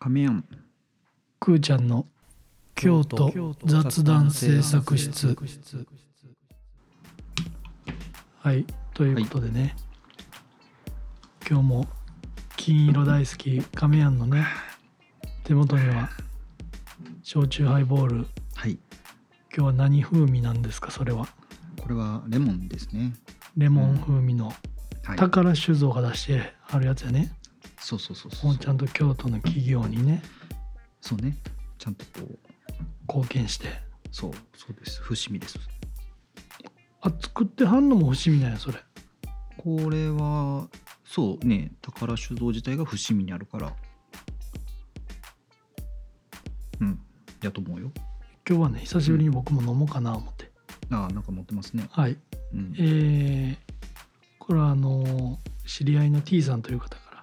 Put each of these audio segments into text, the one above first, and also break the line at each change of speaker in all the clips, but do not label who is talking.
亀庵
くーちゃんの京都雑談制作室はいということでね、今日も金色大好き亀庵のね手元には焼酎ハイボール
はい
今日は何風味なんですかそれは
これはレモンですね
レモン風味の
はい
宝酒造が出してあるやつやね、
そうそうそうそ
も
う
うちゃんと京都の企業にね
そうねちゃんとこう
貢献して
そうそうです伏見です
あ作ってはんのも伏見なんやそれ
これはそうね宝酒造自体が伏見にあるからうんやと思うよ
今日はね久しぶりに僕も飲もうかな思って、
ああなんか持ってますね
はい
うん
えー、これはあの知り合いの T さんという方から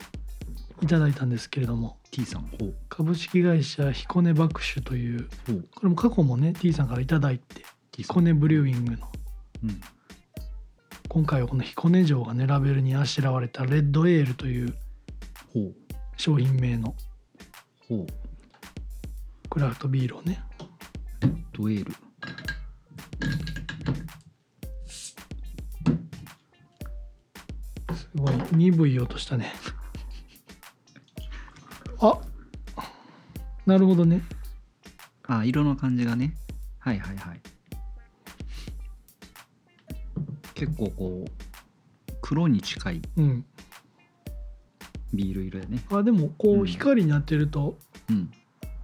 いただいたんですけれども
T さんほう
株式会社彦根爆酒という
ほう
これも過去もね T さんからいただいて
T さん
彦根ブリューイングの
うん
今回はこの彦根城がねラベルにあしらわれたレッドエールという
ほう
商品名の
ほう
クラフトビールをね
ドエール
すごい鈍い音したねあなるほどね
ああ色の感じがねはいはいはい結構こう黒に近い
うん
ビール色やね
あでもこ
う
うん光になってると
うん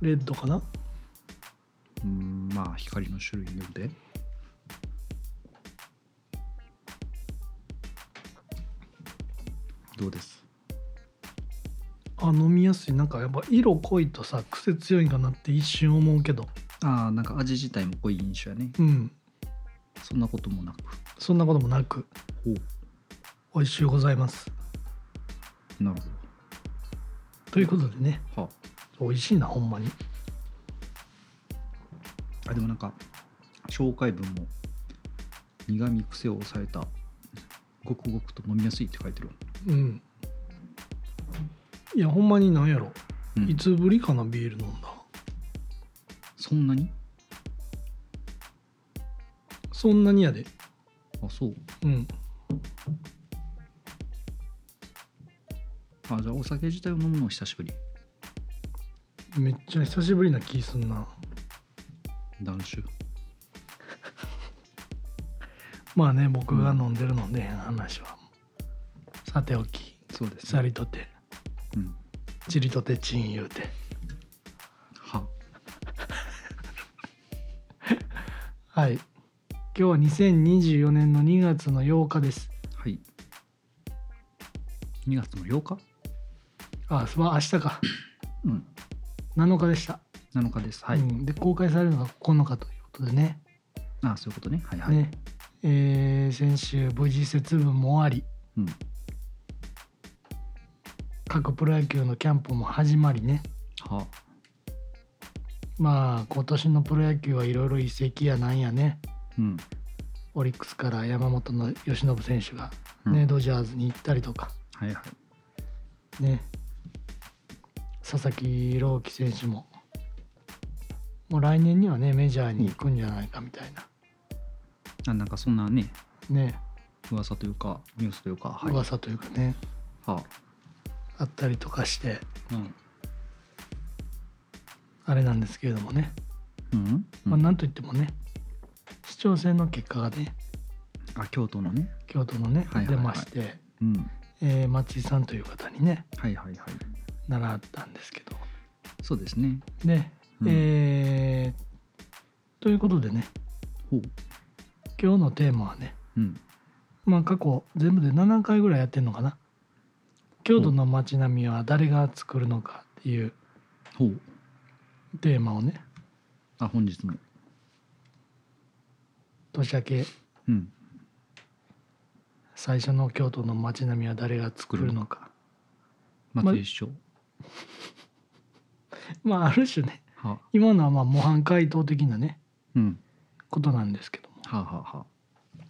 レッドかな、
うんまあ光の種類によってどうです
あ飲みやすいなんかやっぱ色濃いとさ癖強いんかなって一瞬思うけど
ああなんか味自体も濃い印象やね
うん
そんなこともなく
そんなこともなく
ほう
美味しゅうございます
なる
ということでね
ほどは
美味しいなほんまに
ああでもなんか紹介文も苦味癖を抑えたごくごくと飲みやすいって書いてるわ、
うんいやほんまになんやろ
うん
いつぶりかなビール飲んだ
そんなに
そんなにやで
あそう
うん
あじゃあお酒自体を飲むの久しぶり
めっちゃ久しぶりな気すんな
断酒
まあね僕が飲んでる飲んでへん話はさておき
そうです
さりとて
うん
ちりとてちん言うて
は
はい今日は2024年の2月の8日です
はい2月の8日
あすまあ明日か
うん
7日でした、
7日ですはい、
うんで公開されるのが9日ということでね,、
あそういうことねはいはい、
ねえー先週無事節分も終わり
うん
各プロ野球のキャンプも始まりね
は
まあ今年のプロ野球はいろいろ移籍やなんやね
うん
オリックスから山本の由伸選手が、
うん
ねドジャーズに行ったりとか
はいはい
ね佐々木朗希選手ももう来年にはねメジャーに行くんじゃないかみたいな、
あなんかそんなね
ね
噂というかニュースというかはいは
噂というかね
あ
あったりとかして
うん
あれなんですけれどもね、
うん、うん
まあ、なんといってもね市長選の結果がね
あ京都のね
京都のね、
はいはいはい
出まして、
うん
えー松井さんという方にね
はいはいはい
習ったんですけど
そうですね
ね、
うん
えーということでね
ほう
今日のテーマはね
うん
まあ過去全部で7回ぐらいやってんのかな京都の街並みは誰が作るのかっていう
ほう
テーマをね
あ本日の
年明け
うん
最初の京都の街並みは誰が作るのか
松井市長、
まあある種ね
は
今のはまあ模範解答的なね
うん
ことなんですけども
はあ、はあはあ、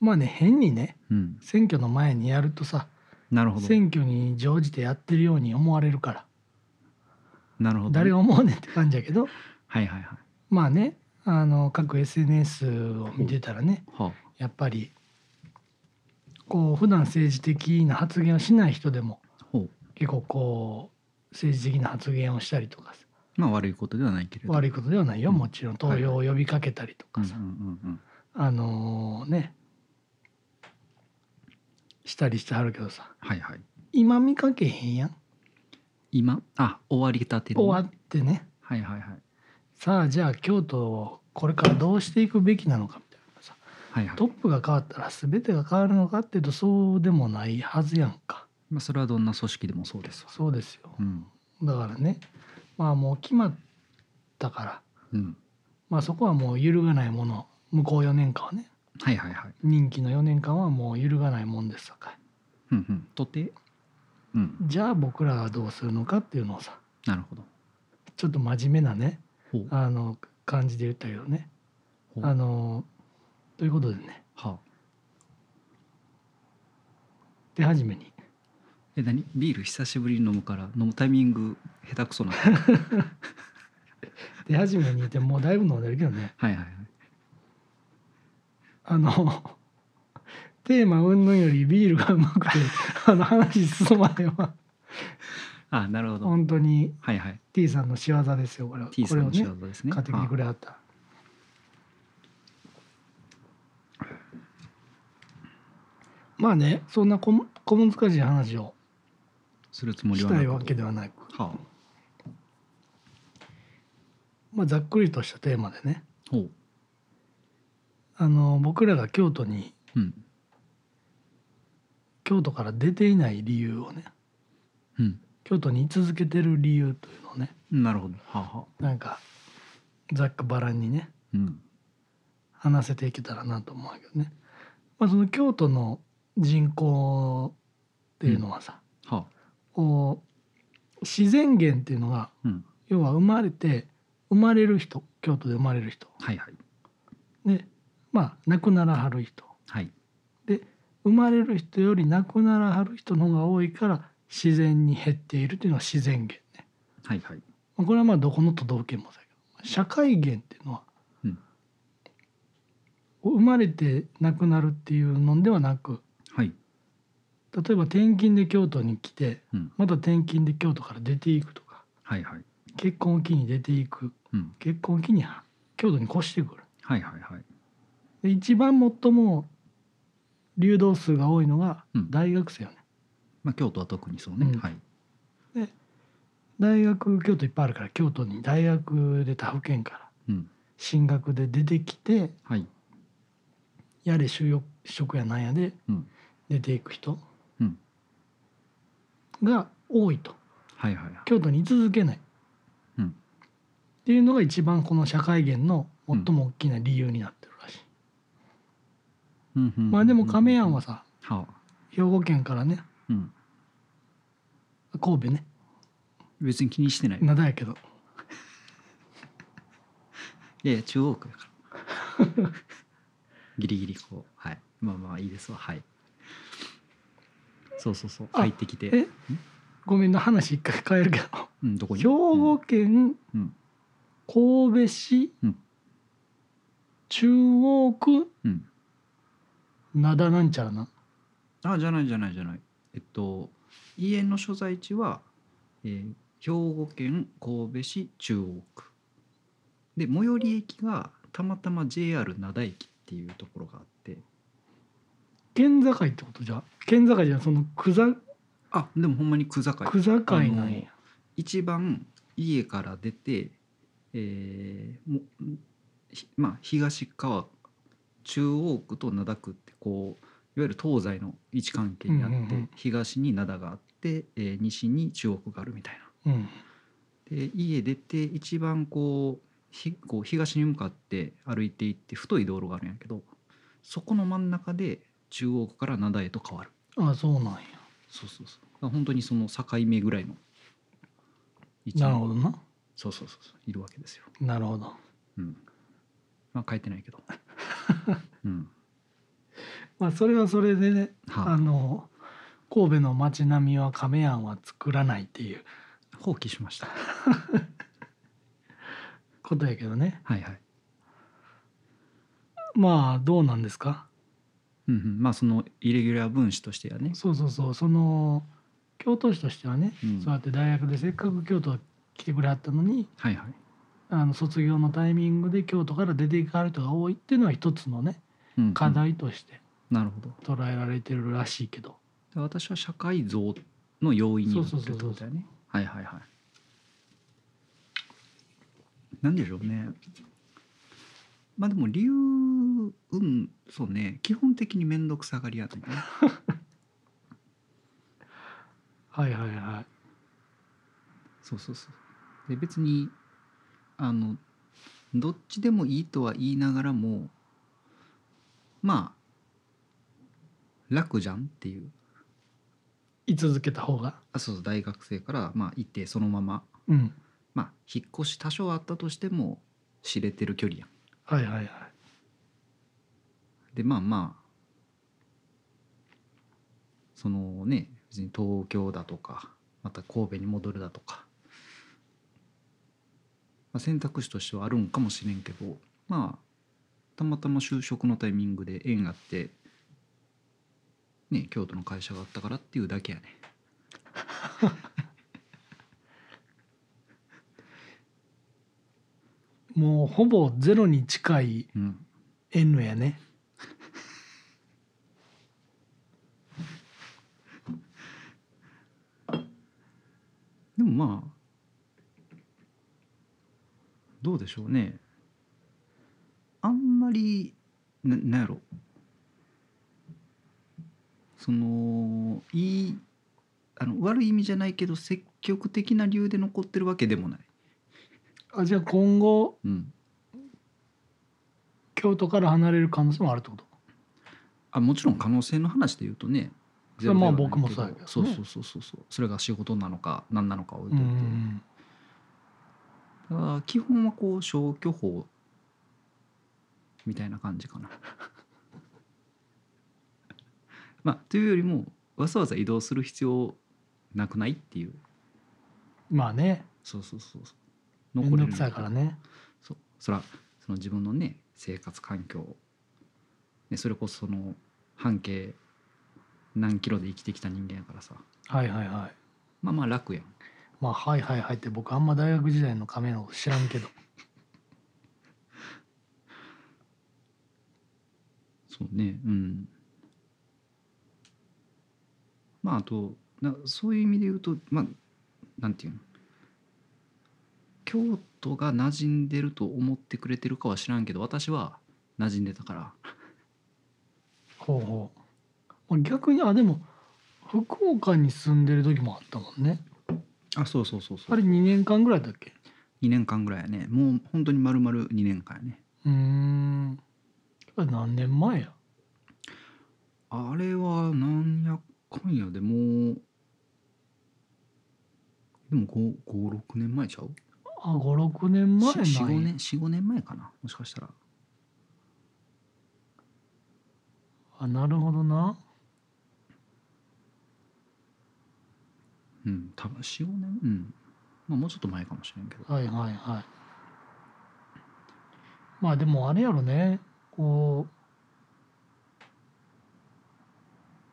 まあね変にね
うん
選挙の前にやるとさ
なるほど
選挙に乗じてやってるように思われるから
なるほどね、
誰が思うねんって感じやけど
はいはいはい。
まあねあの各 SNS を見てたらね
は
やっぱりこう普段政治的な発言をしない人でも
あ、ほう。
結構こう政治的な発言をしたりとかさ
まあ悪いことではないけれど。
悪いことではないよ
うん
もちろん投票を呼びかけたりと
うん
か
うん
さ、
うん
あのねしたりしてはるけどさ
うん。はいはい。
今見かけへんやん
今、あ、終わりたての
終わってね
はいはいはい。
さあじゃあ京都をこれからどうしていくべきなのかみたいなさ
はいはい
ト。ップが変わったら全てが変わるのかっていうとそうでもないはずやんか
まあそれはどんな組織でもそうですわ。
そうですよ
うん。
だからねまあもう決まったから
うん。
まあそこはもう揺るがないもの向こう4年間はね
はいはいはい。
任期の4年間はもう揺るがないもんですさかい
うんうん。とて、うん。
じゃあ僕らはどうするのかっていうのをさ
なるほど。
ちょっと真面目なね
ほう。
あの感じで言ったけどね
ほう
あのということでね
はあ。
手始めに
え、何ビール久しぶりに飲むから、飲むタイミング下手くそ なの。はい
手始めにってもうだいぶ飲んでるけどね
はいはい。
あのテーマ云々よりビールがうまくてあの話進まないわ
あ、なるほど。
本当に
はいはい。
T さんの仕業ですよこれは
T
こ
さ
れを
んの仕
ね
業ですね。
買ってきてく
は
れはったまあねそんな小小難しい話を
あするつもり
し
はなかっ
たい
た
わけではなく、
はあ。
まあ、ざっくりとしたテーマでね
ほう。
あの僕らが京都に
うん。
京都から出ていない理由をね
うん。
京都に居続けてる理由というのをね
なるほど。はあはあ。
なんかざっくばらんにね
うん。
話せていけたらなと思うけどね、まあ、その京都の人口っていうのはさ、
はあ。
こう自然源っていうのが
うん。
要は生まれて生まれる人京都で生まれる人
はいはい。
でまあ亡くならはる人
はい。
生まれる人より亡くならはる人の方が多いから自然に減っているというのは自然源ね。
はいはい。
まあこれはまあどこの都道府県もそうやけど社会源っていうのは、
うん
生まれて亡くなるっていうのではなく
はい。
例えば転勤で京都に来て
うん。
また転勤で京都から出ていくとか
はいはい。
結婚を機に出ていく
うん。
結婚を機に京都に越してくる
はいはいはい。
で一番最も流動数が多いのが
うん
大学生よね、
まあ京都は特にそうね。
うん
はい。
大学京都いっぱいあるから京都に大学で他府県から
うん。
進学で出てきて
はい。
やれ就職やなんやで
うん。
出ていく人
うん。
が多いと
はいはいはい。
京都に居続けない、
うん
っていうのが一番この社会源の最も大きな理由になってるらしい、
うんうん
まあでも亀山は。さ
はあ。
兵庫県からね
うん。
神戸ね
別に気にしてない。
灘やけど
いやいや、中央区だから。 ギリギリこう。はい。まあまあいいですわ。はい。そうそうそう。
あ
入ってきて。
えごめんな話一回変えるけど
うん。どこに
兵庫県
うん。
神戸市、
うん
中央区
うん。
灘なんちゃらな
あ、じゃないじゃないじゃない。えっと、家の所在地は、えー兵庫県神戸市中央区。で、最寄り駅がたまたま JR 灘駅っていうところがあって、
県境ってことじゃ県境じゃないその区ざ
あ、でもほんまに区境。
区境なんや
一番家から出て、えーもひまあ、東川中央区と灘区ってこういわゆる東西の位置関係にあって、
うんうんうん
東に灘があって、えー西に中央区があるみたいな。
うん
で家出て一番こうひこう東に向かって歩いていって太い道路があるんやけどそこの真ん中で中央区から灘へと変わる
あそうなんや
そうそうそうだから本当にその境目ぐらいの位置に
なるほどな
そうそうそうそういるわけですよ、
なるほど
うん、まあ書いてない けど、うん、
まあそれはそれでね
は
あの神戸の街並みは亀庵は作らないっていう
放棄しました。
ことやけどね
はいはい。
まあどうなんですか
うんうん、まあそのイレギュラー分子としてはね。
そうそうそうその教頭市としてはね、
うん
そうやって大学でせっかく京都来てくれはったのに
はいはい。
あの卒業のタイミングで京都から出ていかはる人が多いっていうのは一つのね
うんうん
課題として
なるほど。
捉えられてるらしいけど、
で私は社会像の要因になってるって
そうそう
こ
そう
と
そ
だよね。はいはいはい。なんでしょうね。まあでも理由うんそうね基本的に面倒くさがり屋だよね。
はいはいは
そうそうそう。で別にあのどっちでもいいとは言いながらもまあ楽じゃんっていう
い居続けた方が
あそうそう大学生からまあ行ってそのまま
うん
まあ引っ越し多少あったとしても知れてる距離やん。
はいはいはい
でまあまあそのね別に東京だとかまた神戸に戻るだとか、まあ、選択肢としてはあるんかもしれんけどまあたまたま就職のタイミングで縁があって、ね、京都の会社があったからっていうだけやね。
もうほぼゼロに近い
うん、
N やね
でもまあどうでしょうねあんまりななんやろそのいいあの悪い意味じゃないけど積極的な理由で残ってるわけでもない、
あじゃあ今後
うん、
京都から離れる可能性もあるってこと
あもちろん可能性の話で言うとね
それはまあ
ゼロではない
僕もそうやけどね
そうそうそうそうそうそれが仕事なのか何なのか置いうといて、
ん
だから基本はこう消去法みたいな感じかな。 まあというよりもわざわざ移動する必要なくないっていう
まあね
そうそうそうそう
面
残れ
倒
る
くさいからね
そうそらその自分のね生活環境、ね、それこそその半径何キロで生きてきた人間やからさ
はいはいはい
まあまあ楽やん
まあはいはいはいって僕あんま大学時代の亀のこと知らんけど
そうねうんまああとなそういう意味で言うとまあなんていうの京都が馴染んでると思ってくれてるかは知らんけど私は馴染んでたから
ほうほうまあ逆にあでも福岡に住んでる時もあったもんね
あそうそうそうそ
あ
う
れ2年間ぐらいだっけ
2年間ぐらいやねもう本当に丸々2年間やね
うーんあれ何年前や
あれはなんやかんやでもうでも56年前ちゃう
あ56年前なんや
45年45年前かなもしかしたら
あなるほどな
うん多分45年うんまあもうちょっと前かもしれんけど
はいはいはいまあでもあれやろねこ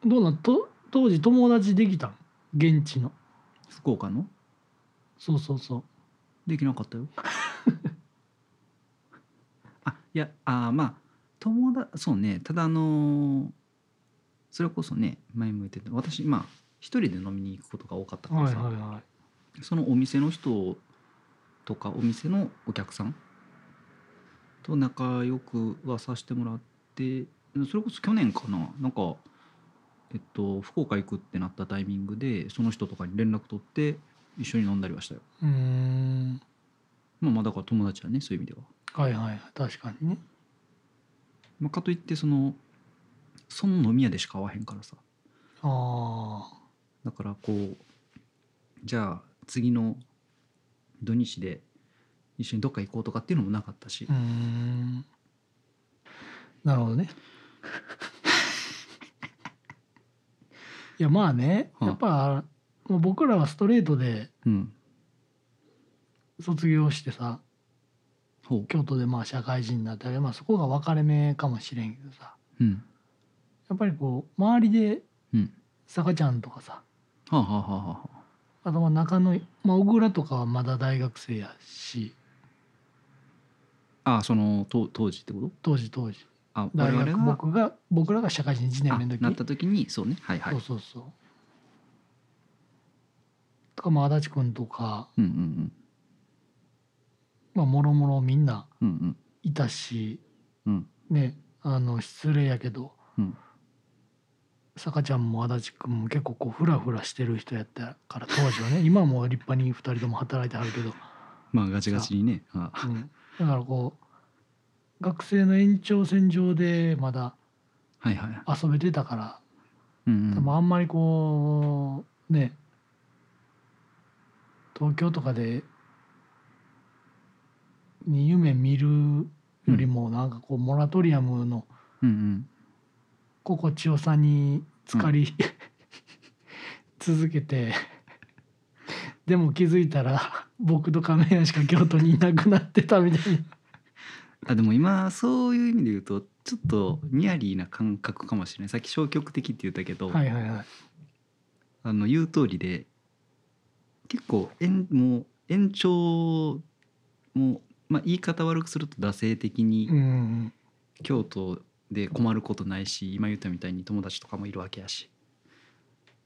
うどうなんと当時友達できたん現地の
福岡の
そうそうそう
できなかったよ あいやあーまあ友達そうねただあのーそれこそね前も言ってた私まあ一人で飲みに行くことが多かったから
はい
さ、
はいは
そのお店の人とかお店のお客さんと仲良くはさせてもらってそれこそ去年かななんか、えっと、福岡行くってなったタイミングでその人とかに連絡取って一緒に飲んだりはしたよ。
いうーん
まあ、まあだから友達はねそういう意味では。
はいはい確かにね
まあ、かといってそのその飲み屋でしか会わへんからさ
ああ
だからこうじゃあ次の土日で一緒にどっか行こうとかっていうのもなかったし
うー、んなるほどね いやまあね
はあ
やっぱもう僕らはストレートで
うん、
卒業してさ
ほう。
京都でまあ社会人になったり、まあ、そこが分かれ目かもしれんけどさ
うん。
やっぱりこう周りで
うん。
さかちゃんとかさ
はあ、はあはあはあ、
あとまあ中野、まあ、小倉とかはまだ大学生やし
ああそのと当時ってこと
当時当時
あ我
大
々
学
が
僕が僕らが社会人1年
あ
目の時
なった時にそうねはいはい
そうそうそう。とかまあ足立くんとか、
うんうん
まあ、もろもろみんな
うんうん
いたし
うんうん
ねあの失礼やけど、
うん
さかちゃんも足立くんも結構こうフラフラしてる人やったから当時は ね今はもう立派に2人とも働いてはるけど、
まあガチガチにねあ
うんだからこう学生の延長線上でまだ
はいはいはい
遊べてたから
うん
多
うん
分あんまりこうね東京とかでに夢見るよりもなんかこうモラトリアムの
うんうん
心地よさに浸かり、 続けて でも気づいたら僕と亀屋しか京都にいなくなってたみたいな
あでも今そういう意味で言うとちょっとニアリーな感覚かもしれないさっき消極的って言ったけど、
はいはいはい
あの言う通りで結構延もう延長も、まあ、言い方悪くすると惰性的に
うんうん
京都で困ることないし今言ったみたいに友達とかもいるわけやし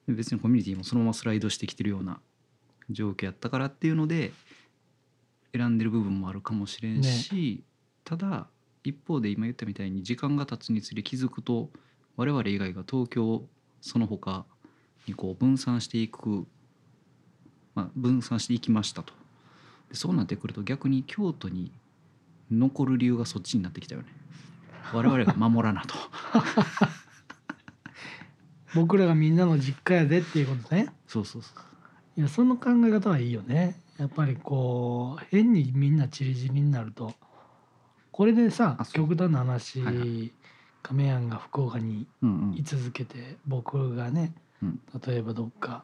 別にコミュニティもそのままスライドしてきてるような状況やったからっていうので選んでる部分もあるかもしれんし、ただ一方で今言ったみたいに時間が経つにつれ気づくと我々以外が東京その他にこう分散していく、まあ、分散していきましたとでそうなってくると逆に京都に残る理由がそっちになってきたよね我々が守らな と
僕らがみんなの実家やでっていうことね
そうそうそう
いやその考え方はいいよねやっぱりこう変にみんな散り散りになるとこれでさ
あそう
極端な話、
はいは
亀やんが福岡に
うん
居続けて僕がね、
うん
例えばどっか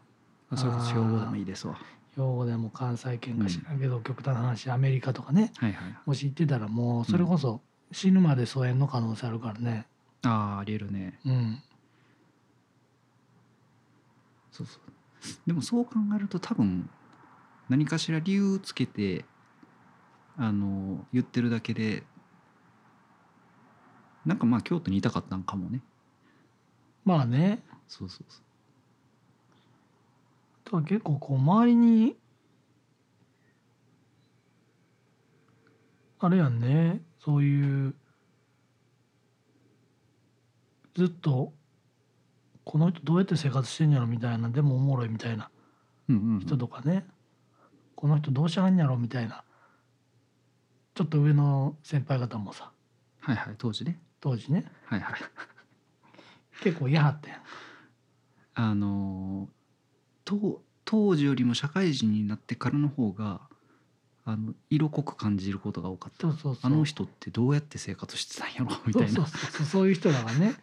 うんそれこそ標語でもいいですわ
兵庫でも関西圏か知らんけど、極端な話アメリカとかね
はいはい
もし行ってたらもうそれこそ死ぬまで疎遠の可能性あるからね
ああありえるね
うん
そうそうでもそう考えると多分何かしら理由つけてあの言ってるだけでなんかまあ京都にいたかったんかもね
まあね
そうそうそう
あとは結構こう周りにあれやんねそういうずっとこの人どうやって生活してんやろみたいなでもおもろいみたいな
うんうんうん、
人とかね、この人どうしはんやろみたいなちょっと上の先輩方もさ
はいはい当時ね
当時ね
はいはい
結構嫌はってん
あのと当時よりも社会人になってからの方があの色濃く感じることが多かった
そうそうそう
あの人ってどうやって生活してたんやろみたい
そう
な
そうそうそういう人らがね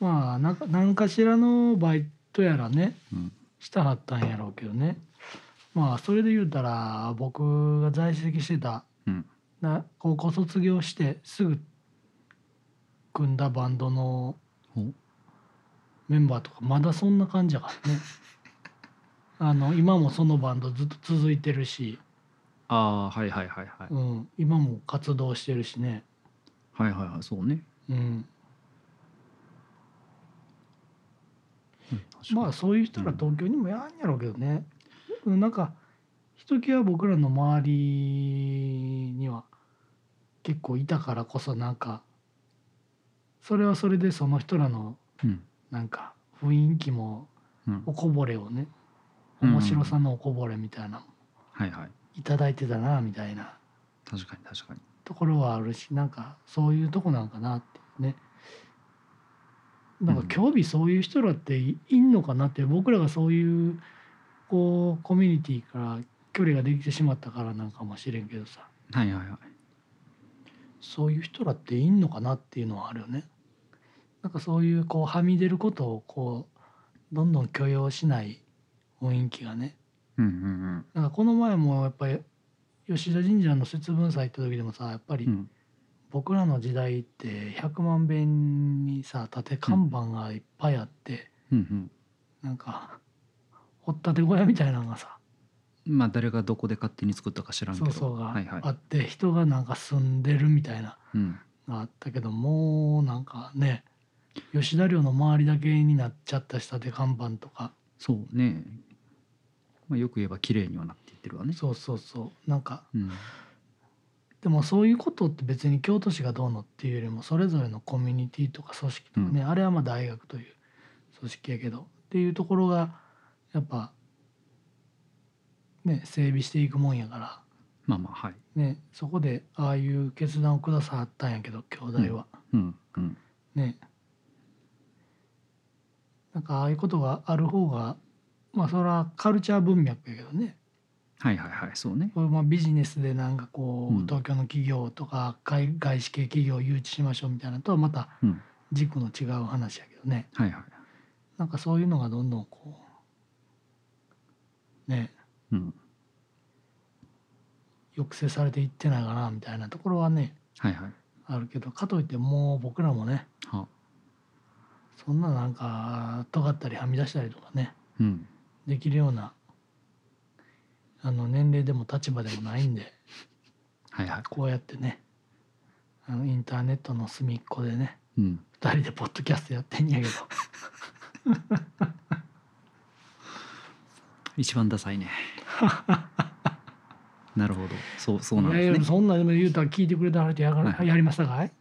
まあなんか何かしらのバイトやらね
うん
したはったんやろうけどねまあそれで言うたら僕が在籍してた、
うん
な高校卒業してすぐ組んだバンドの
ほう
メンバーとかまだそんな感じやか らねあの今もそのバンドずっと続いてるし、
ああーはいはいはいはい、
うん、今も活動してるしね、
はいはいはいそうね、
うん、
うん確かに
まあそういう人ら東京にもやんやろうけどね、うんなんかひときわ僕らの周りには結構いたからこそなんかそれはそれでその人らの
うん
なんか雰囲気も
うん
おこぼれをね
うん
面白さのおこぼれみたいなの
はいはい
いただいてたなみたいな
確かに確かに
ところはあるしなんかそういうとこなんかなっていうねなんか
うん
興味そういう人らっていいんのかなって僕らがそういうこうコミュニティから距離ができてしまったからなんかもしれんけどさ
はいはいはい
そういう人らっていいんのかなっていうのはあるよね。なんかそういうこうはみ出ることをこうどんどん許容しない雰囲気がね
うんうんうん
なんかこの前もやっぱり吉田神社の節分祭行った時でもさやっぱり
うん
僕らの時代って100万遍にさ縦看板がいっぱいあって、
うん
なんか掘ったて小屋みたいなのがさ
うん、まあ誰がどこで勝手に作ったか知らんけ
そ
ど
うそうが
はいはい
あって、人がなんか住んでるみたいな
うん、
のがあったけどもうなんかね吉田寮の周りだけになっちゃったし縦看板とか
そうね、まあ、よく言えば綺麗にはなっていってるわね
そうそうそうなんか
うん
でもそういうことって別に京都市がどうのっていうよりもそれぞれのコミュニティとか組織とかね、あれはまあ大学という組織やけどっていうところがやっぱね整備していくもんやから、
まあまあはい
ね、そこでああいう決断を下さったんやけど兄弟は、
うんうん
ねなんかああいうことがある方がまあそれはカルチャー文脈やけどね、
はいはいはいそうね
これまあビジネスでなんかこう、
うん
東京の企業とか外外資系企業を誘致しましょうみたいなのとはまた
うん
軸の違う話やけどね
はいはい
なんかそういうのがどんどんこうね
うん
抑制されていってないかなみたいなところはね
はいはい
あるけどかといってもう僕らもね
は
そんななんか尖ったりはみ出したりとかね
うん
できるようなあの年齢でも立場でもないんで
はいはい
こうやってねあのインターネットの隅っこでね
うん
二人でポッドキャストやってんやけど
一番ダサい ねなるほどそうそうなん
い
で
や
す
いや
ね
そんなでも言うたら聞いてくれたらやがら、
はい
やりましたかい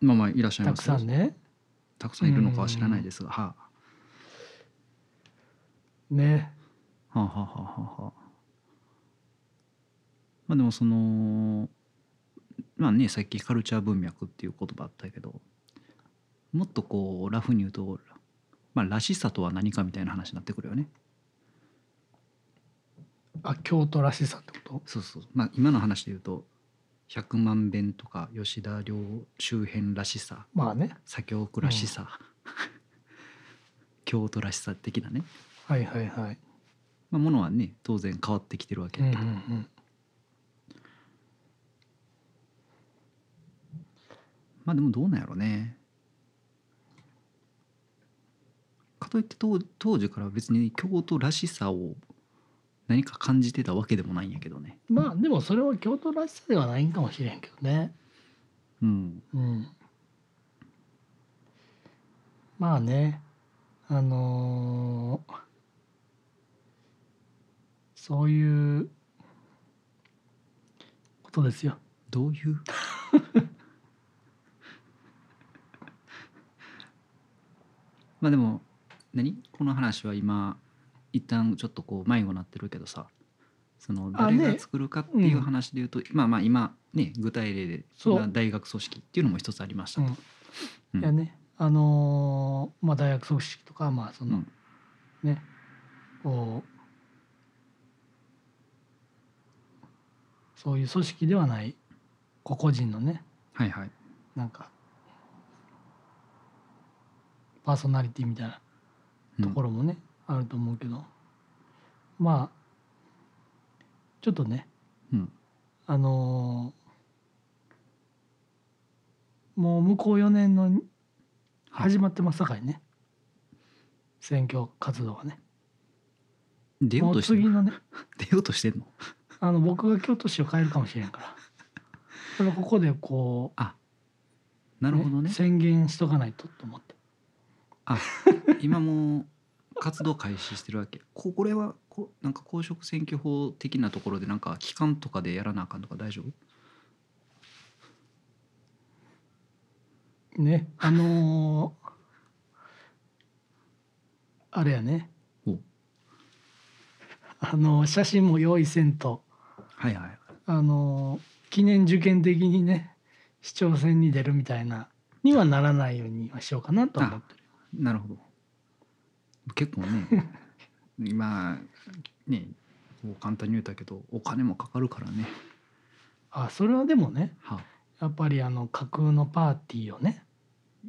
まあまあいらっしゃい
た
ま
く
す
さんね
たくさんいるのかは知らないですがは
ね
あ、はあはあはあはあ、まあでもそのまあねさっきカルチャー文脈っていう言葉あったけどもっとこうラフに言うとまあらしさとは何かみたいな話になってくるよね
あ京都らしさってこ
そうそうまあ今の話で言うと100万遍とか吉田寮周辺らしさ
とまあね
左京区らしさ、 京都らしさ的なね、
はいはいはい
まあ、ものはね当然変わってきてるわけ
うん
だ
う
け
ん
ど、
うん
まあでもどうなんやろね。かといって当当時から別に京都らしさを何か感じてたわけでもないんやけどね。
まあでもそれは京都らしさではないんかもしれんけどね
うん。
うんまあねあのーそういうことですよ
どういう まあでも何この話は今一旦ちょっとこう迷子になってるけどさその
あ
誰
ね
が作るかっていう話で言うと、まあまあ今ね具体例で
そう
まあ大学組織っていうのも一つありましたと。
いやねあのーまあ大学組織とかまあその、
うん
ねこうそういう組織ではない個々人のね
はいはい。
なんかパーソナリティみたいな
うん
ところもね、あると思うけどまあちょっとね
うん
あのーもう向こう4年の始まってますさかいね選挙活動はね
出よ
も
うと
う
してん
次
の
のね
出ようとしてんの
あの僕が京都市を変えるかもしれんからそれはここでこう
あなるほどね
宣言しとかないとと思って
あ今もう活動開始してるわけここれはこなんか公職選挙法的なところでなんか期間とかでやらなあかんとか大丈夫
ねあのーあれやね
お
あのー写真も用意せんと
はいはい
あのー記念受験的にね市長選に出るみたいなにはならないようにはしようかなと思ってる
なるほど結構ね 今ねこう簡単に言うたけどお金もかかるからね
あそれはでもね
はあ
やっぱりあの架空のパーティーをね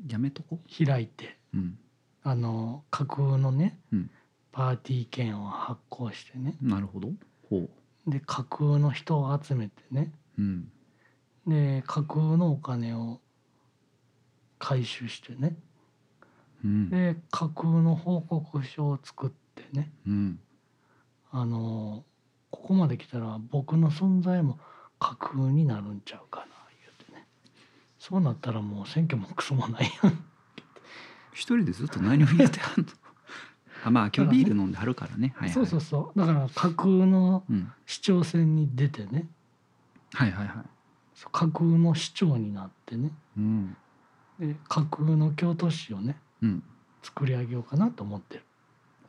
やめとこ
開いて
う、うん、
あの架空のね、
うん
パーティー券を発行してね
なるほどほう
で架空の人を集めてね
うん
で架空のお金を回収してね
うん
で架空の報告書を作ってね
うん
あのここまで来たら僕の存在も架空になるんちゃうかな言うてねそうなったらもう選挙もクソもないやん
一人でずっと何を言ってはん のあまあ今日ビール飲んではるからねはいはい
そうそうそうだから架空の
うん
市長選に出てね
はいはいはい
そう架空の市長になってね
うん
で架空の京都市をね
うん
作り上げようかなと思ってる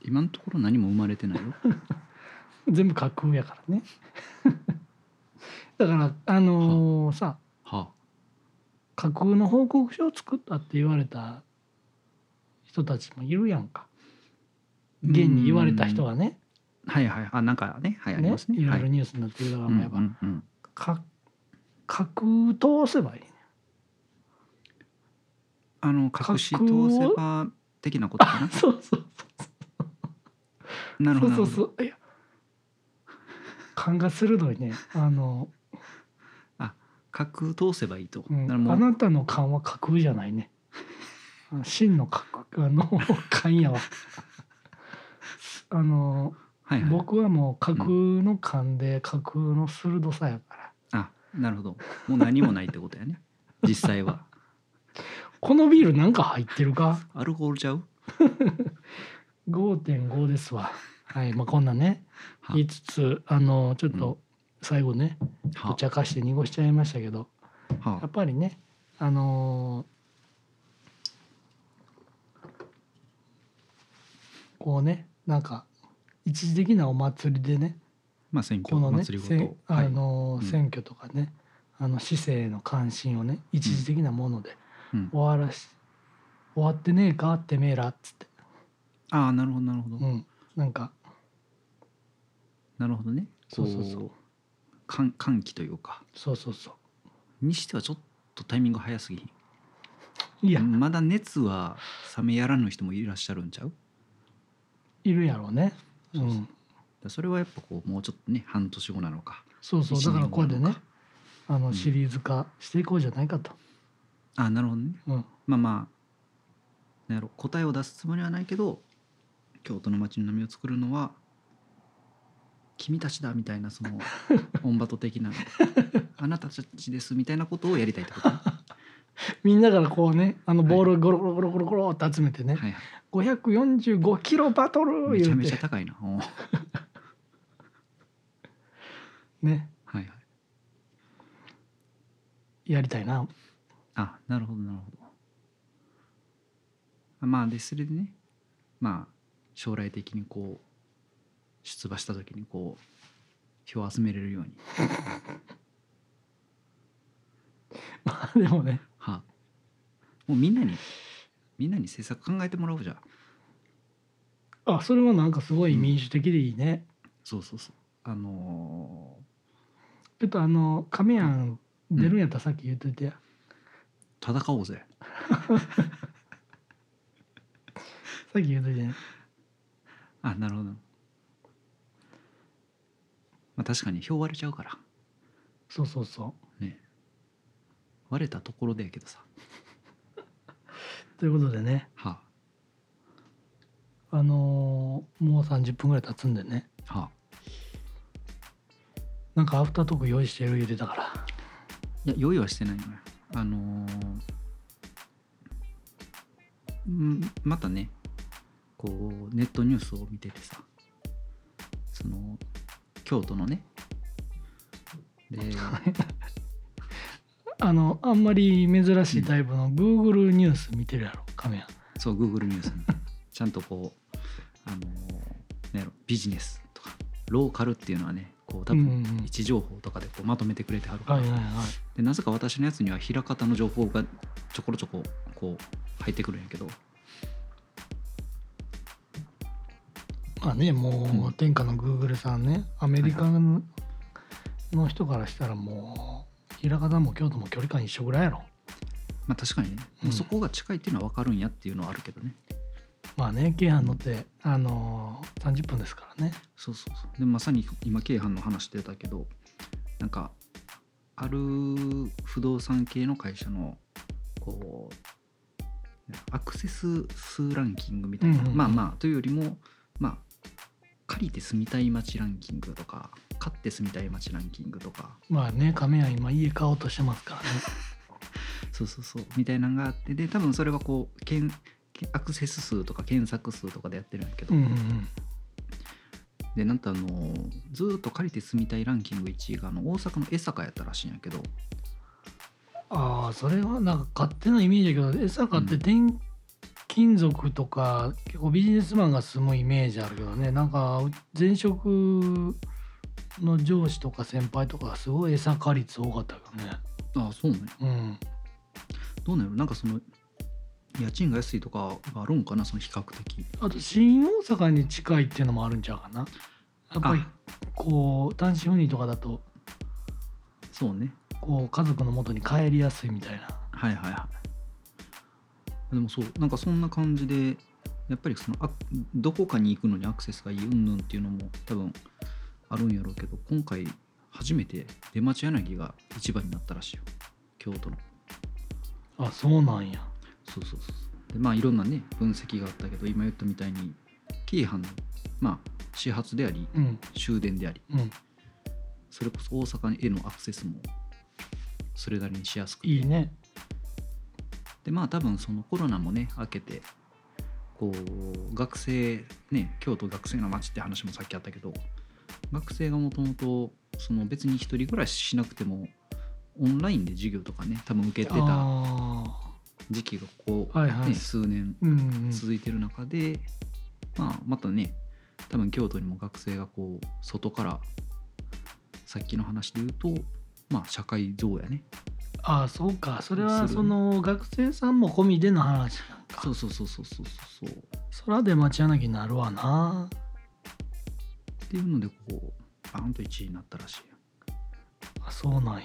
今のところ何も生まれてない よ
全部架空やからね だからあのーさ
は
架空の報告書を作ったって言われた人たちもいるやんか現に言われた人はね
あはいはいあなんかねはいあり
ね
ますね
いろ
はい
ろ
い
ニュースになってるだから
うん
もう
う
やっぱ、
んうん
か架空通せばいいね
あの隠し通せば的なことかな
そうそう
なる
そ
ほ
う
どなる
そう
ほど
そういや勘が鋭いねあの、
架空通せばいいと、
うん
だから
あ
もう
なたの勘は架空じゃないねあの真の架空あの勘やわあの
はいはい
僕はもう架空の勘で架空の鋭さやから
あなるほどもう何もないってことや ね実際は
このビールなんか入ってるか
アルコールちゃう
5.5ですわはいまあこんなね
は
言いつつあのちょっと最後ね、お
は
茶化して濁しちゃいましたけど
は
やっぱりねあのーこうねなんか一時的なお祭りでね
まあ選挙
このね
祭りご
せん
と
あ
はいう
のー
ん
選挙とかね、あの市政の関心をね一時的なもので
うん
終わらし、終わってねえかってめえらっつって、
ああなるほどなるほど、
うん、なんか
なるほどね
そ
こ
うそうそう
歓歓喜というか
そうそうそう
にしてはちょっとタイミング早すぎひん
いや、
まだ熱は冷めやらぬ人もいらっしゃるんちゃうだか
いるやろうねう
そうそうんらそれはやっぱこうもうちょっとね半年後なのか
そうそうだからこうやってねあ
うん
のシリーズ化していこうじゃないかと、
ああなるほどね
うん、
まあまあなんやろ答えを出すつもりはないけど京都の街の波を作るのは君たちだみたいなそのオンバト 的なあなたたちですみたいなことをやりたいってことね、
みんなからこうねあの
はい
ボールをゴロゴロゴロゴロゴロって集めて ね、
はい
545キロバトル
はい、めちゃ
言う
めちゃ
て
高いなおうは
ね
いはい
やりたいな
あなるほどなるほどあまあでそれでねまあ将来的にこう出馬した時にこう票を集めれるように
まあでもね
はもうみんなにみんなに政策考えてもらおうじゃあ
あそれはなんかすごい民主的でいいね、
そうそうそうあの
ちょっとあの亀やん出るんやったらさっき言っといてや、
ー戦おうぜ
さっき言っといてね
あなるほど、まあ、確かに票割れちゃうから
そうそうそ
ね割れたところでやけどさ
うということでね
は
あのーもう30分ぐらい経つんでね
あはあ
なんかアフタートーク用意してる言うてたから
いや用意はしてないのよあのーんまたねこうネットニュースを見ててさその京都のねで
あのあんまり珍しいタイプの Google ニュース見てるやろ亀やん
そう Google ニュースに ちゃんとこうあのーなんやろビジネスとかローカルっていうのはねこう多
うんう
分
んうん
位置情報とかでこうまとめてくれてはるから、
はいはいはい
でなぜか私のやつには枚方の情報がちょころちょここう入ってくるんやけど
まあねも
う
うん天下のグーグルさんねアメリカのの人からしたらもう枚方も京都も距離感一緒ぐらいやろ
まあ確かにね、
うん
そこが近いっていうのは分かるんやっていうのはあるけどね
まあね京阪乗って、あのー30分ですからね
そうそうそうでまさに今京阪の話出たけどなんかある不動産系の会社のこうアクセス数ランキングみたいな、
うんうんうん
まあまあというよりもまあ借りて住みたい街ランキングとか買って住みたい街ランキングとか
まあね亀屋今家買おうとしてますからね
そうそうそうみたいなのがあってで多分それはこうけんアクセス数とか検索数とかでやってるんだけど、
うんうん
でなんとあのーずーっと借りて住みたいランキング1位があの大阪の江坂やったらしいんやけど
ああそれはなんか勝手なイメージだけど江坂って転勤族とか、結構ビジネスマンが住むイメージあるけどねなんか前職の上司とか先輩とかすごい江坂率多かったけどね
ああそうね
うん
どうなのなんかその家賃が安いとかがあるんかなその比較的
あと新大阪に近いっていうのもあるんちゃうかなやっぱり
あ
こう単身赴任とかだと
そうね
こう家族の元に帰りやすいみたいな
はいはいはいでもそうなんかそんな感じでやっぱりそのあどこかに行くのにアクセスがいいうんぬんっていうのも多分あるんやろうけど今回初めて出町柳が一番になったらしいよ京都の
あそうなんや
そうそうそうでまあいろんなね分析があったけど今言ったみたいに京阪のまあ始発であり
うん
終電であり
うん
それこそ大阪へのアクセスもそれなりにしやすくて
いいね
でまあ多分そのコロナもね明けてこう学生ね京都学生の街って話もさっきあったけど学生がもともとその別に一人暮らししなくてもオンラインで授業とかね多分受けてた
あ
時期がこう、
はいはい
ね、数年
ーうんうん
続いてる中で、まあ、またね多分京都にも学生がこう外からさっきの話で言うと、まあ、社会像やね
ああそうかそれ
す
は
る
その学生さんも込みでの話なんか
そうそうそうそうそうそうそう
空で待ち柳になるわな
っていうのでこうバーンと1位になったらしいよ、
あそうなんや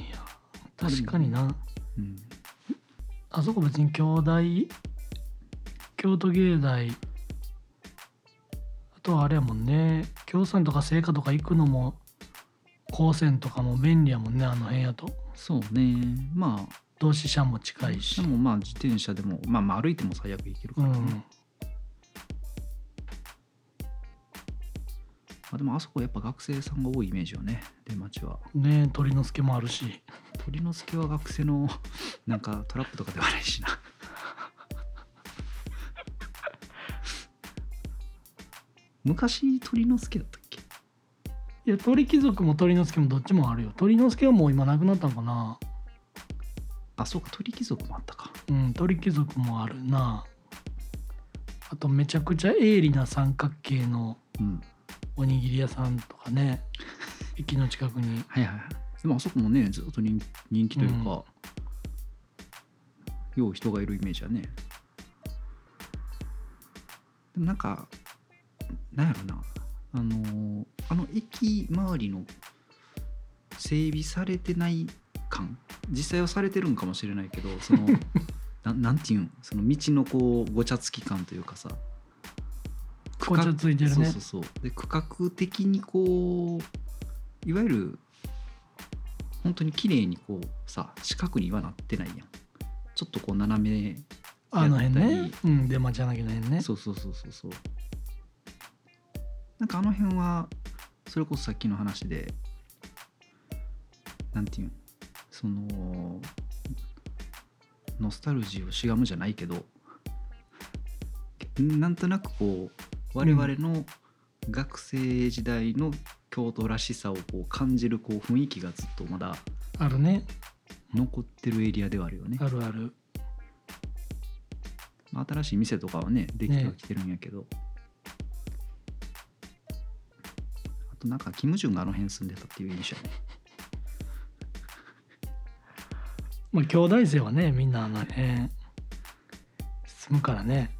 確かにな
うん、
あそこ別に京大京都芸大あとはあれやもんね京産とか聖火とか行くのも高専とかも便利やもんねあの辺やと
そうねまあ
同志社も近い
会
し
社もまあ自転車でも、まあ、まあ歩いても最悪行けるか
う
らね、
ん
まあ、でもあそこやっぱ学生さんが多いイメージよね出町は
ね鳥の助もあるし
鳥之助は学生の なんかトラップとかではないしな 昔鳥之助だったっけ
いや鳥貴族も鳥之助もどっちもあるよ鳥之助はもう今なくなったんかな
あそうか鳥貴族もあったか
うん鳥貴族もあるなあとめちゃくちゃ鋭利な三角形の
うん
おにぎり屋さんとかね駅の近くに
はいはいはいでもあそこもねずっと人人気というか、よう人がいるイメージだねでもなんかなんやろなあのーあの駅周りの整備されてない感実際はされてるんかもしれないけどそ のななんていうんその道のこうごちゃつき感というかさ
ごちゃついてるね
そうそうそうで区画的にこういわゆる本当に綺麗にこうさ四角にはなってないやんちょっとこう斜め
あの辺
やった
ね
り
うん出町柳の辺ね
そうそうそうそうそうなんかあの辺はそれこそさっきの話でなんていうんそのノスタルジーをしがむじゃないけどなんとなくこう我々の学生時代の京都らしさをこう感じるこう雰囲気がずっとまだ
あるね
残ってるエリアではあるよね
あるある
まあ新しい店とかはねできてはきてるんやけど、あとなんかキム・ジュンがあの辺住んでたっていう印象やね
まあ兄弟生はねみんなあの辺住むからね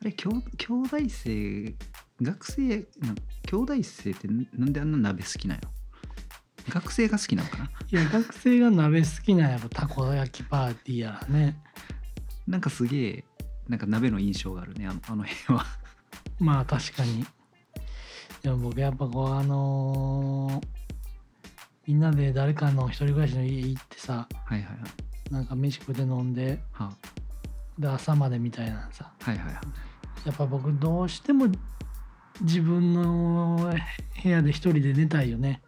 あれ兄兄弟生学生な兄弟生ってなんであんな鍋好きなんやろ学生が好きなのかない
や学生が鍋好きなんやろたこ焼きパーティーやらね
なんかすげえなんか鍋の印象があるねあのあの辺は
まあ確かにでも僕やっぱこうあのーみんなで誰かの一人暮らしの家行ってさ
はいはいはい
なんか飯食って飲んで
は
で朝までみたいなさ
はいはいはい
やっぱ僕どうしても自分の部屋で一人で寝たいよね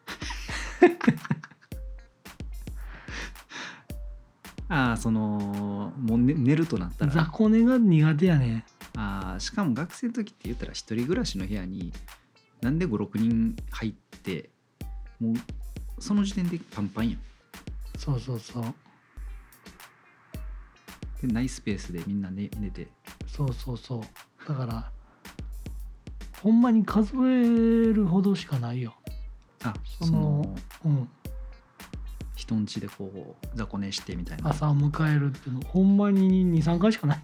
ああそのもう、ね、寝るとなった
雑
ら
魚寝が苦手やね
あーしかも学生の時って言ったら一人暮らしの部屋になんで56人入ってもうその時点でパンパンやん
そうそうそう
でないスペースでみんな寝寝て
そうそうそうだからほんまに数えるほどしかないよ
あ
そ
そ
の
の
うん
人ん家でこう雑魚寝してみたいな
朝を迎えるっていうのほんまに23回しかない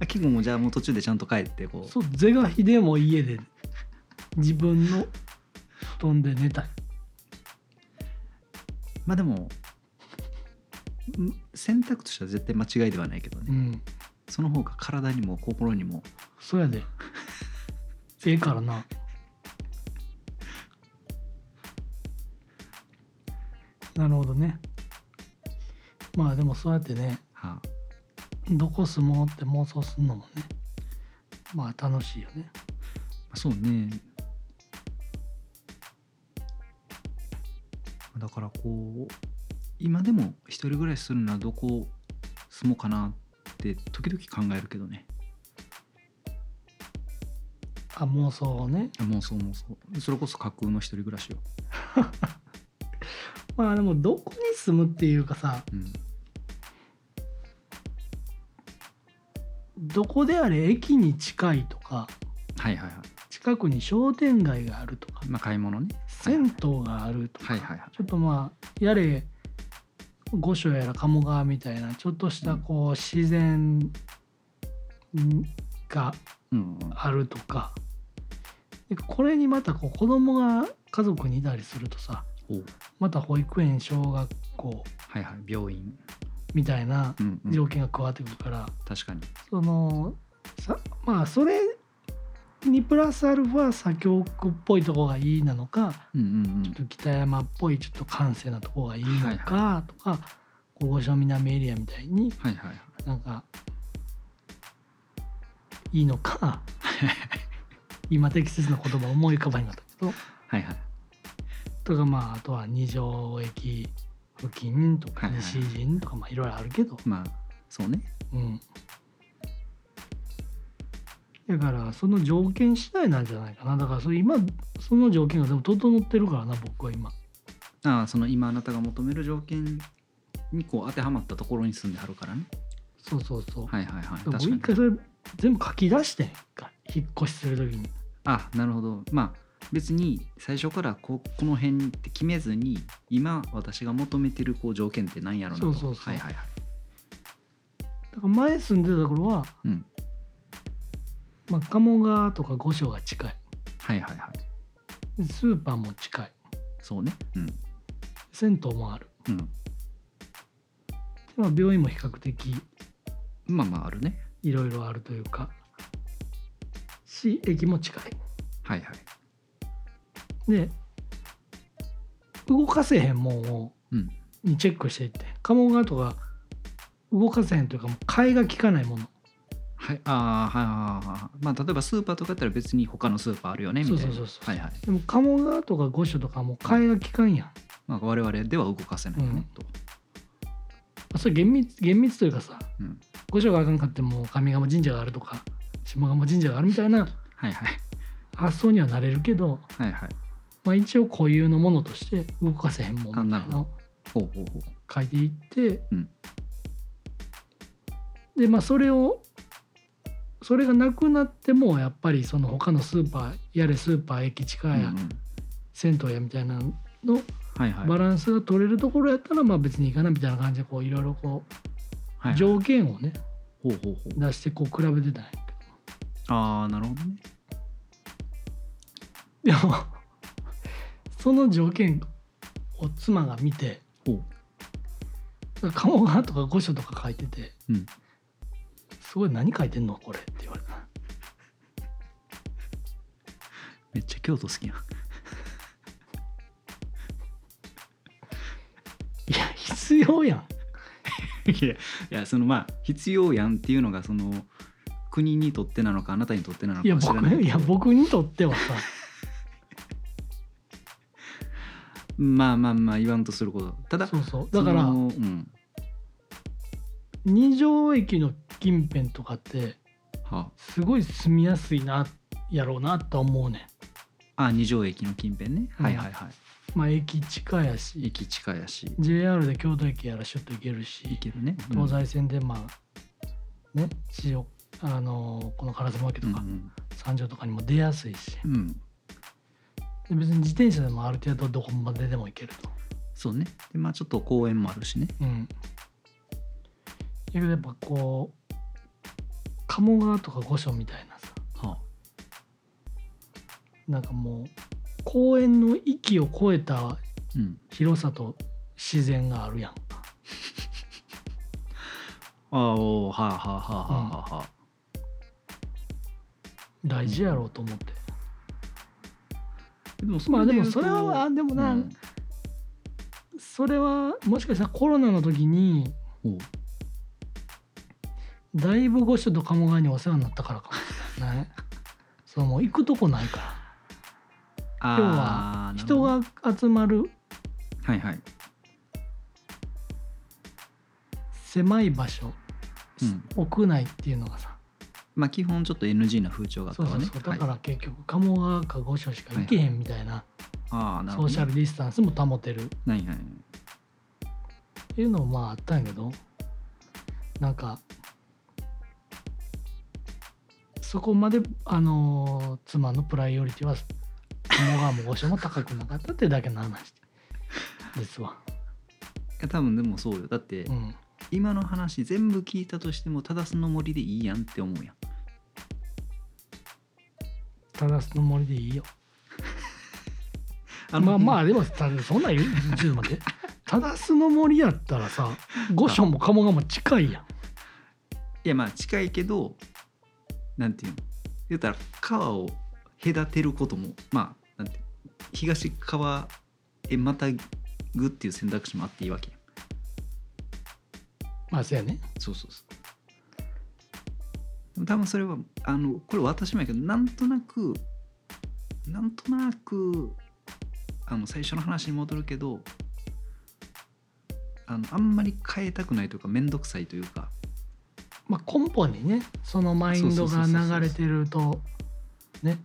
あキングもじゃあもう途中でちゃんと帰ってこう
そう是が非でも家で自分の布団で寝たい
まあでもん選択としては絶対間違いではないけどね、
うん
その方が体にも心にも
そうやでええからななるほどねまあでもそうやってね
はあ
どこ住もうって妄想するのもねまあ楽しいよね
そうねだからこう今でも一人暮らしするならどこ住もうかなって時々考えるけどね
あ妄想をね
あもうそうもうそうそれこそ架空の一人暮らしよ、
まあでもどこに住むっていうかさ
うん、
どこであれ駅に近いとか
はいはいは
近くに商店街があるとか
いまあ買い物ね
銭湯があるとか、
はいはいはい
ちょっとまあやれ五所やら鴨川みたいなちょっとしたこう自然が
うんうん
あるとかでこれにまたこう子供が家族にいたりするとさ
おう
また保育園小学校
はいはい病院
みたいな
うん、う
条
ん、
件が加わってくるから、
確かに
そのさまあそれにプラスアルファ左京区っぽいとこがいいなのか
うんうん
北山っぽいちょっと閑静なとこがいい
はい
の
は
かとかこう五所南エリアみたい
う
に
んはいはいはい
なんかいいのか 今適切な言葉思い浮かばなかったけど
はいはい
とかまああとは二条駅付近とか
はいはい
西陣とかまあいろいろあるけど
まあそうね
うんだからその条件次第なんじゃないかなだからそれ今その条件がでも整ってるからな僕は今
ああその今あなたが求める条件にこう当てはまったところに住んではるからね
そうそうそう
はいはいはい確
で
か
も一
に
回それ全部書き出してんか引っ越しするときに
あなるほどまあ別に最初からここの辺って決めずに今私が求めてるこう条件って何やろなと
そうそうそう
はいはいはい
だから前住んでた頃は、
うん
まあ、鴨川とか五所が近い
はいはいはい
でスーパーも近い
そうねうん
銭湯もある
うん
で、まあ、病院も比較的
まあまああるね
いろいろあるというかし駅も近い
はいはい
で動かせへんもんを
うん
にチェックしていって鴨川とか動かせへんというかもう替えが利かないもの
はいああはいはいはいはいまあ例えばスーパーとかやったら別に他のスーパーあるよねみたいな
そうそうそうそ
は
う
いはい
でも鴨川とか五所とかもう替えが利かんやん
まあ我々では動かせないよね、
うん
と
まあそれ厳密厳密というかさ
うん
五条があかんかっても上賀茂神社があるとか下鴨神社があるみたいな
はいはい
発想にはなれるけど、
はいはい
まあ、一応固有のものとして動かせへんもんみたい
あなるほ
なのを
ほうほうほう
書いていって、
うん
でまあそれをそれがなくなってもやっぱりその他のスーパーやれスーパー駅近や、
うんうん
銭湯やみたいなの
はいはい
バランスが取れるところやったらまあ別にいいかなみたいな感じでこういろいろこ
は
う
い
条件をね
ほうほうほう
出してこう比べてたんやけど。
ああなるほどね
でもその条件を妻が見て
ほう
鴨川とか御所とか書いてて、
うん
すごい何書いてんのこれ」って言われた
めっちゃ京都好きやん
いや必要やん
いやいやそのまあ必要やんっていうのがその国にとってなの かあなたにとってなの
い
か
や
は知らな
僕
い
いや僕にとってはさ
まあまあまあ言わんとすることた だ
そうそうだから
そのうん
二条駅の近辺とかって
は
すごい住みやすいなやろうなとは思うね
ああ二条駅の近辺ね、
うん
はいはいは
んまあ駅近や
い
し
駅近やし
JR で京都駅やらシュッと行けるし
行けるね
東
西
西線でまあね千代あのこの烏丸駅と
うん
か三条とかにも出やすいし、
うん、うん
で別に自転車でもある程度どこまででも行けると、
そうねでまあちょっと公園もあるしね
うん、だけどやっぱこう鴨川とか御所みたいなさ
は
なんかもう公園の域を超えた
あうん
広さと自然があるやんか
ああおうはあはあはあはあはあはあ、
大事やろうと思って、
でもそ
まあ
れ
で
言
も
うと
それはあでもな、
うん
それはもしかしたらコロナの時に
おう
だいぶ御所と鴨川にお世話になったからかもしれないねそうもう行くとこないから
あーなる
人
ほど
が集まる
はいはい
狭い場所、
うん
屋内っていうのがさ
まあ基本ちょっと NG な風潮があった
そう
わ
そう
ね
そうだか
はい
ら結局鴨川か御所しか行けへんみたいな、
ああなる
ソ
ほ
ー
ど
シ
ね、
ャルディスタンスも保てるっ
はいはいはい
ていうのもまああったんやけどなんかそこまであのー妻のプライオリティは鴨川も御所も高くなかったってだけの話です わ、
いや多分でもそうよだって、
うん、
今の話全部聞いたとしてもただその森でいいやんって思うやん
ただその森でいいよ
あ
まあま
あ
あでもたそんなん言うちょっ と待ってただすの森やったらさ御所も鴨川も近いやん
いやまあ近いけどなんていうの言ったら川を隔てることもまあなんて東川へまたぐっていう選択肢もあっていいわけやん
まあそうやね
そうそうそうでも多分それはあのこれ私もやけどなんとなくなんとなくあの最初の話に戻るけどあのあんまり変えたくないというか面倒くさいというか
まあ根本にねそのマインドが流れてるとね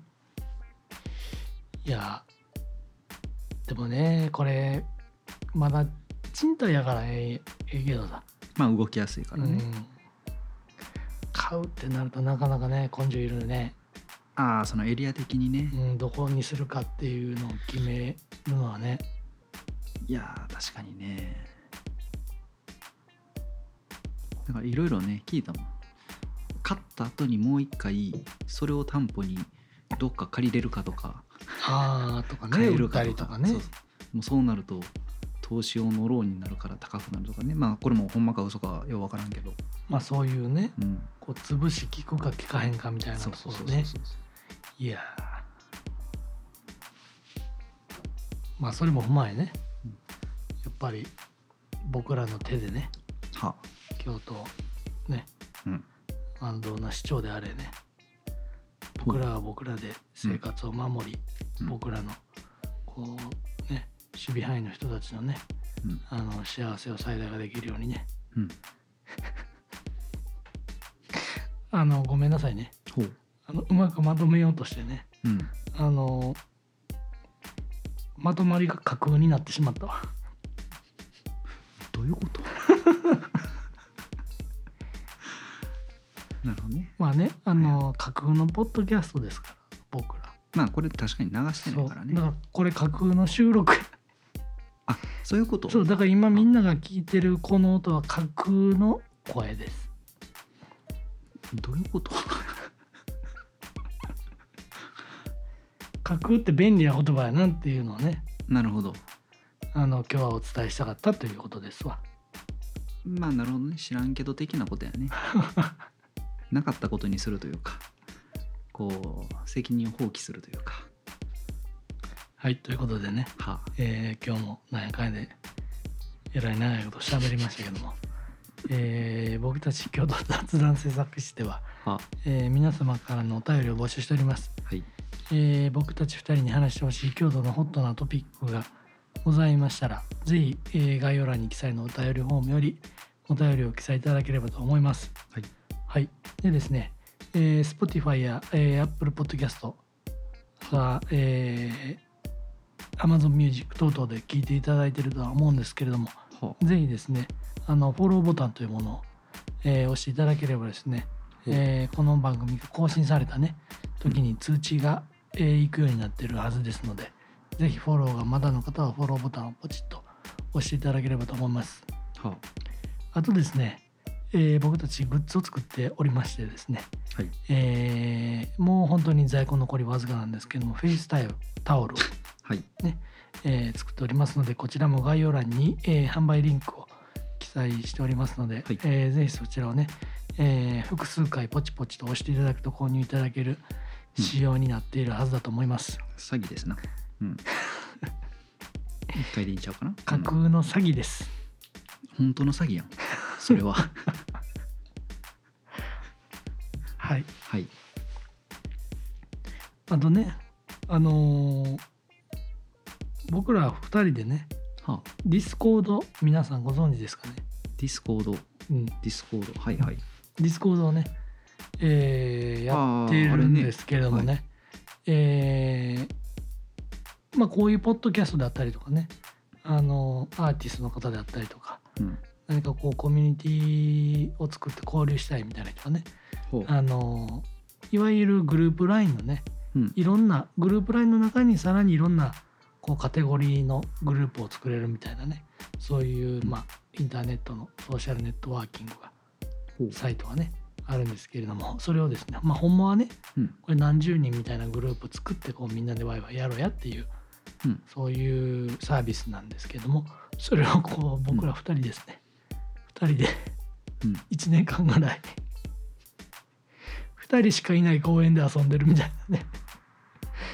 いやでもねこれまだ賃貸やからええええけどさ、
まあ動きやすいから
う
ね、
ん買うってなるとなかなかね根性いるね、
ああそのエリア的にね
うん、どこにするかっていうのを決めるのはね
いやー確かにねだからいろいろね聞いたもん買った後にもう一回それを担保にどっか借りれるかとか
あーとかね
買え
売
る
った
かと
り
か
とかね
そうそうもうそうなると投資用のローンになるから高くなるとかねまあこれもほんまか嘘かよう分からんけど、
まあそういうね
うん、
こう潰し聞くか聞かへんかみたいな
そ
と
うそ
こ
うそう
ろ
そうそう
ねいやーまあそれも踏まえね
うん
やっぱり僕らの手でね
は
京都ね
うん
安藤な市長であれね僕らは僕らで生活を守り、
うん
僕らのこうね守備範囲の人たちのね、
うん
あの幸せを最大化できるようにね
うん
あのごめんなさいね
ほう
あのうまくまとめようとしてね
うん
あのまとまりが架空になってしまったわ
どういうこと なるほどね
まあねあの架空のポッドキャストですから僕ら
まあこれ確かに流してな
そ
いうから
だ
ね
からこれ架空の収録
あそういうこと
そうだから今みんなが聞いてるこの音は架空の声です
どういうこと
架空って便利な言葉やなっていうのをね
なるほど
あの今日はお伝えしたかったということですわ
まあなるほどね知らんけど的なことやねなかったことにするというかこう責任を放棄するというか
はいということでね、
はあ
えー今日もなんやかんやでえらい長いこと喋りましたけども、えー僕たち共同雑談制作室では、
は
えー皆様からのお便りを募集しております、
はい
えー僕たち2人に話してほしい共同のホットなトピックがございましたらぜひ、えー概要欄に記載のお便りフォームよりお便りを記載いただければと思います
はい、
はい、でですね、えー Spotify や、えー Apple Podcast あとは、えー Amazon Music 等々で聞いていただいてるとは思うんですけれども
は
ぜひですねあのフォローボタンというものを、えー押していただければですね、
うん
えーこの番組が更新されたね時に通知が、えー行くようになってるはずですのでぜひフォローがまだの方はフォローボタンをポチッと押していただければと思います
は
あとですね、えー僕たちグッズを作っておりましてですね、
はい
えーもう本当に在庫残りわずかなんですけどもフェイスタイルタオルを、
はい
えー作っておりますのでこちらも概要欄に、えー販売リンクを記載しておりますので、
はい
えーぜひそちらをね、えー複数回ポチポチと押していただくと購入いただける
うん
仕様になっているはずだと思います、
詐欺ですなうん 一回でいいんちゃうかな
架
うん
空の詐欺です、
本当の詐欺やんそ れは
はい
はい
あとねあのー僕ら2人でね
はあ
ディスコード皆さんご存知ですかね、
ディスコードデ
うん、デ
ィスコードはいはい
ィスコードをね、えーやって
あーあ
る
れ
ん
ね
ですけれどもねえーまあ、こういうポッドキャストであったりとかねあのアーティストの方であったりとか
うん
何かこうコミュニティを作って交流したいみたいな人はね
ほう
あのいわゆるグループ LINE のね
うん
いろんなグループ LINE の中にさらにいろんなこうカテゴリーのグループを作れるみたいなねそういう、まあ、インターネットのソーシャルネットワーキングが
ほう
サイトがねあるんですけれどもそれをですねまあほんまはね
うん
これ何十人みたいなグループ作ってこうみんなでワイワイやろうやっていう、
うん
そういうサービスなんですけれどもそれをこう僕ら2人ですね、2人で
うん
1年間ぐらい2人しかいない公園で遊んでるみたいなね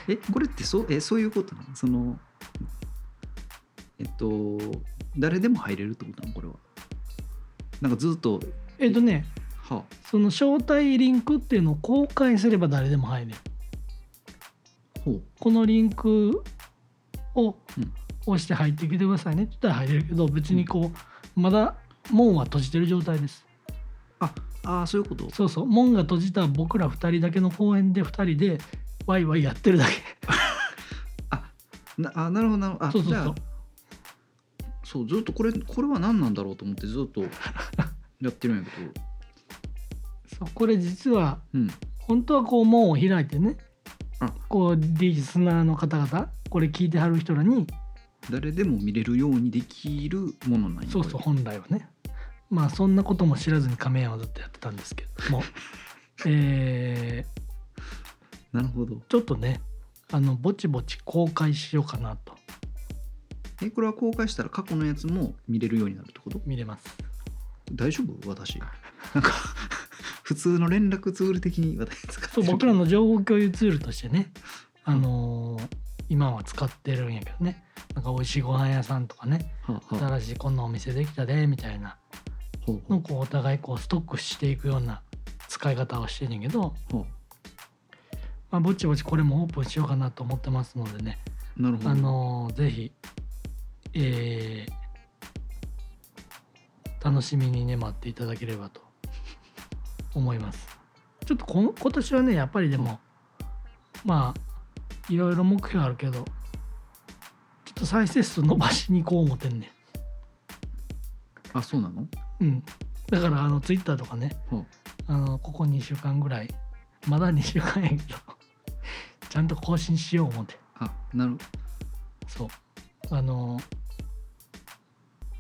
えこれってそうえそういうことなのそのえっと誰でも入れるってことなのこれはなんかずっと
えっとね
は
その招待リンクっていうのを公開すれば誰でも入れる
あほう
このリンクを
うん
押して入ってきてくださいねって言ったら入れるけど別にこうまだ門は閉じてる状態です
ああそういうこと
そうそう門が閉じた僕ら2人だけの公園で2人でワイワイやってるだけ
なあなるほどなるほどあ
そうそ
じ
うそう
ゃあそうずっとこれこれは何なんだろうと思ってず っとやってるんやけど
そうこれ実は
うん
本当はこう門を開いてね
あ
こうリスナーの方々これ聞いてはる人らに
誰でも見れるようにできるものなんや
そうそう
こ
本来はねまあそんなことも知らずに亀山はずっとやってたんですけど もえー
れなるほど
ちょっとねあのぼちぼち公開しようかなと
えこれは公開したら過去のやつも見れるようになるってこと
見れます
大丈夫私なんか普通の連絡ツール的に私使って
そう
る
僕らの情報共有ツールとしてねあのー今は使ってるんやけどねなんか美味しいご飯屋さんとかね
はあはあ
新しいこんなお店できたでみたいな
ほうほ
の
う
こうお互いこうストックしていくような使い方をしてんねんけど、
ほ
まあ、ぼちぼちこれもオープンしようかなと思ってますのでね
うなるほど
あのーぜひ、えー楽しみにね待っていただければと思いますちょっとこん今年はねやっぱりでも、まあいろいろ目標あるけどちょっと再生数伸ばしに行こう思ってんね
あそうなの
んうんだからあのツイッターとかね
ほ
あのここ2週間ぐらいまだ2週間やけどちゃんと更新しよう思って
うあなる
そうあの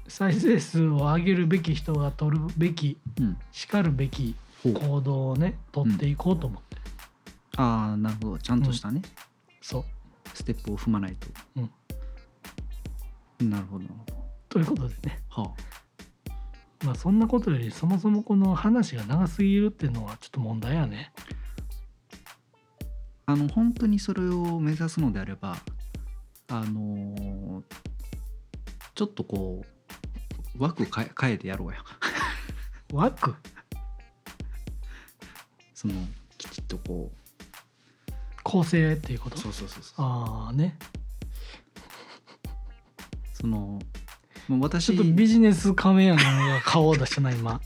再生数を上げるべき人が取るべき
うん
しかるべき
ほう
行動をね取っていこうと思って、
ああなるほどちゃんとしたね、
そう
ステップを踏まないと、なるほどなるほ
ということでね
どは
まあそんなことよりそもそもこの話が長すぎるっていうのはちょっと問題やね
あの本当にそれを目指すのであればあのーちょっとこう枠かえ変えてやろうや
枠
そのきちっとこ
構成っていうこ
う
と
そうそうそうそう
ああね
その、まあ、
ちょ
私
っとビジネスカメやな顔を出したな 今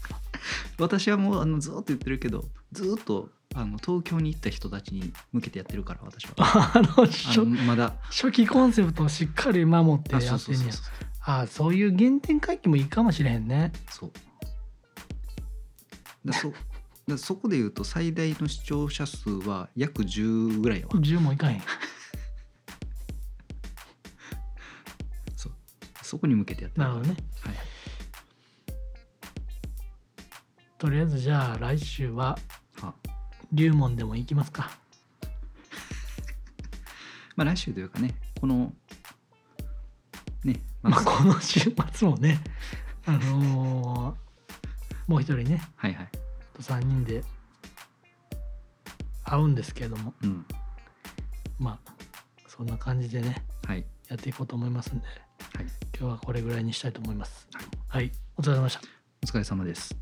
私はもうあのずーっと言ってるけどずーっとあの東京に行った人たちに向けてやってるから私は
あの
あ
初
のまだ
初期コンセプトをしっかり守って
あ
や
そうそ
って
うん
ね
そう
や
そう
ああそういう原点回帰もいいかもしれへんね
そうだそだそこで言うと最大の視聴者数は約10ぐらいやわ
10もいかへん
そこに向けてやって
なるほどね
はい、
とりあえずじゃあ来週は
は
龍門でも行きますか
まあ来週というかねこのねま
まあ
あ、
この週末もねあのーもう一人ね
はいはい
3人で会うんですけれども
うん
まあそんな感じでね
はい
やっていこうと思いますんで、
はい
今日はこれぐらいにしたいと思います。
はい
はい、お疲れ様でした。
お疲れ様です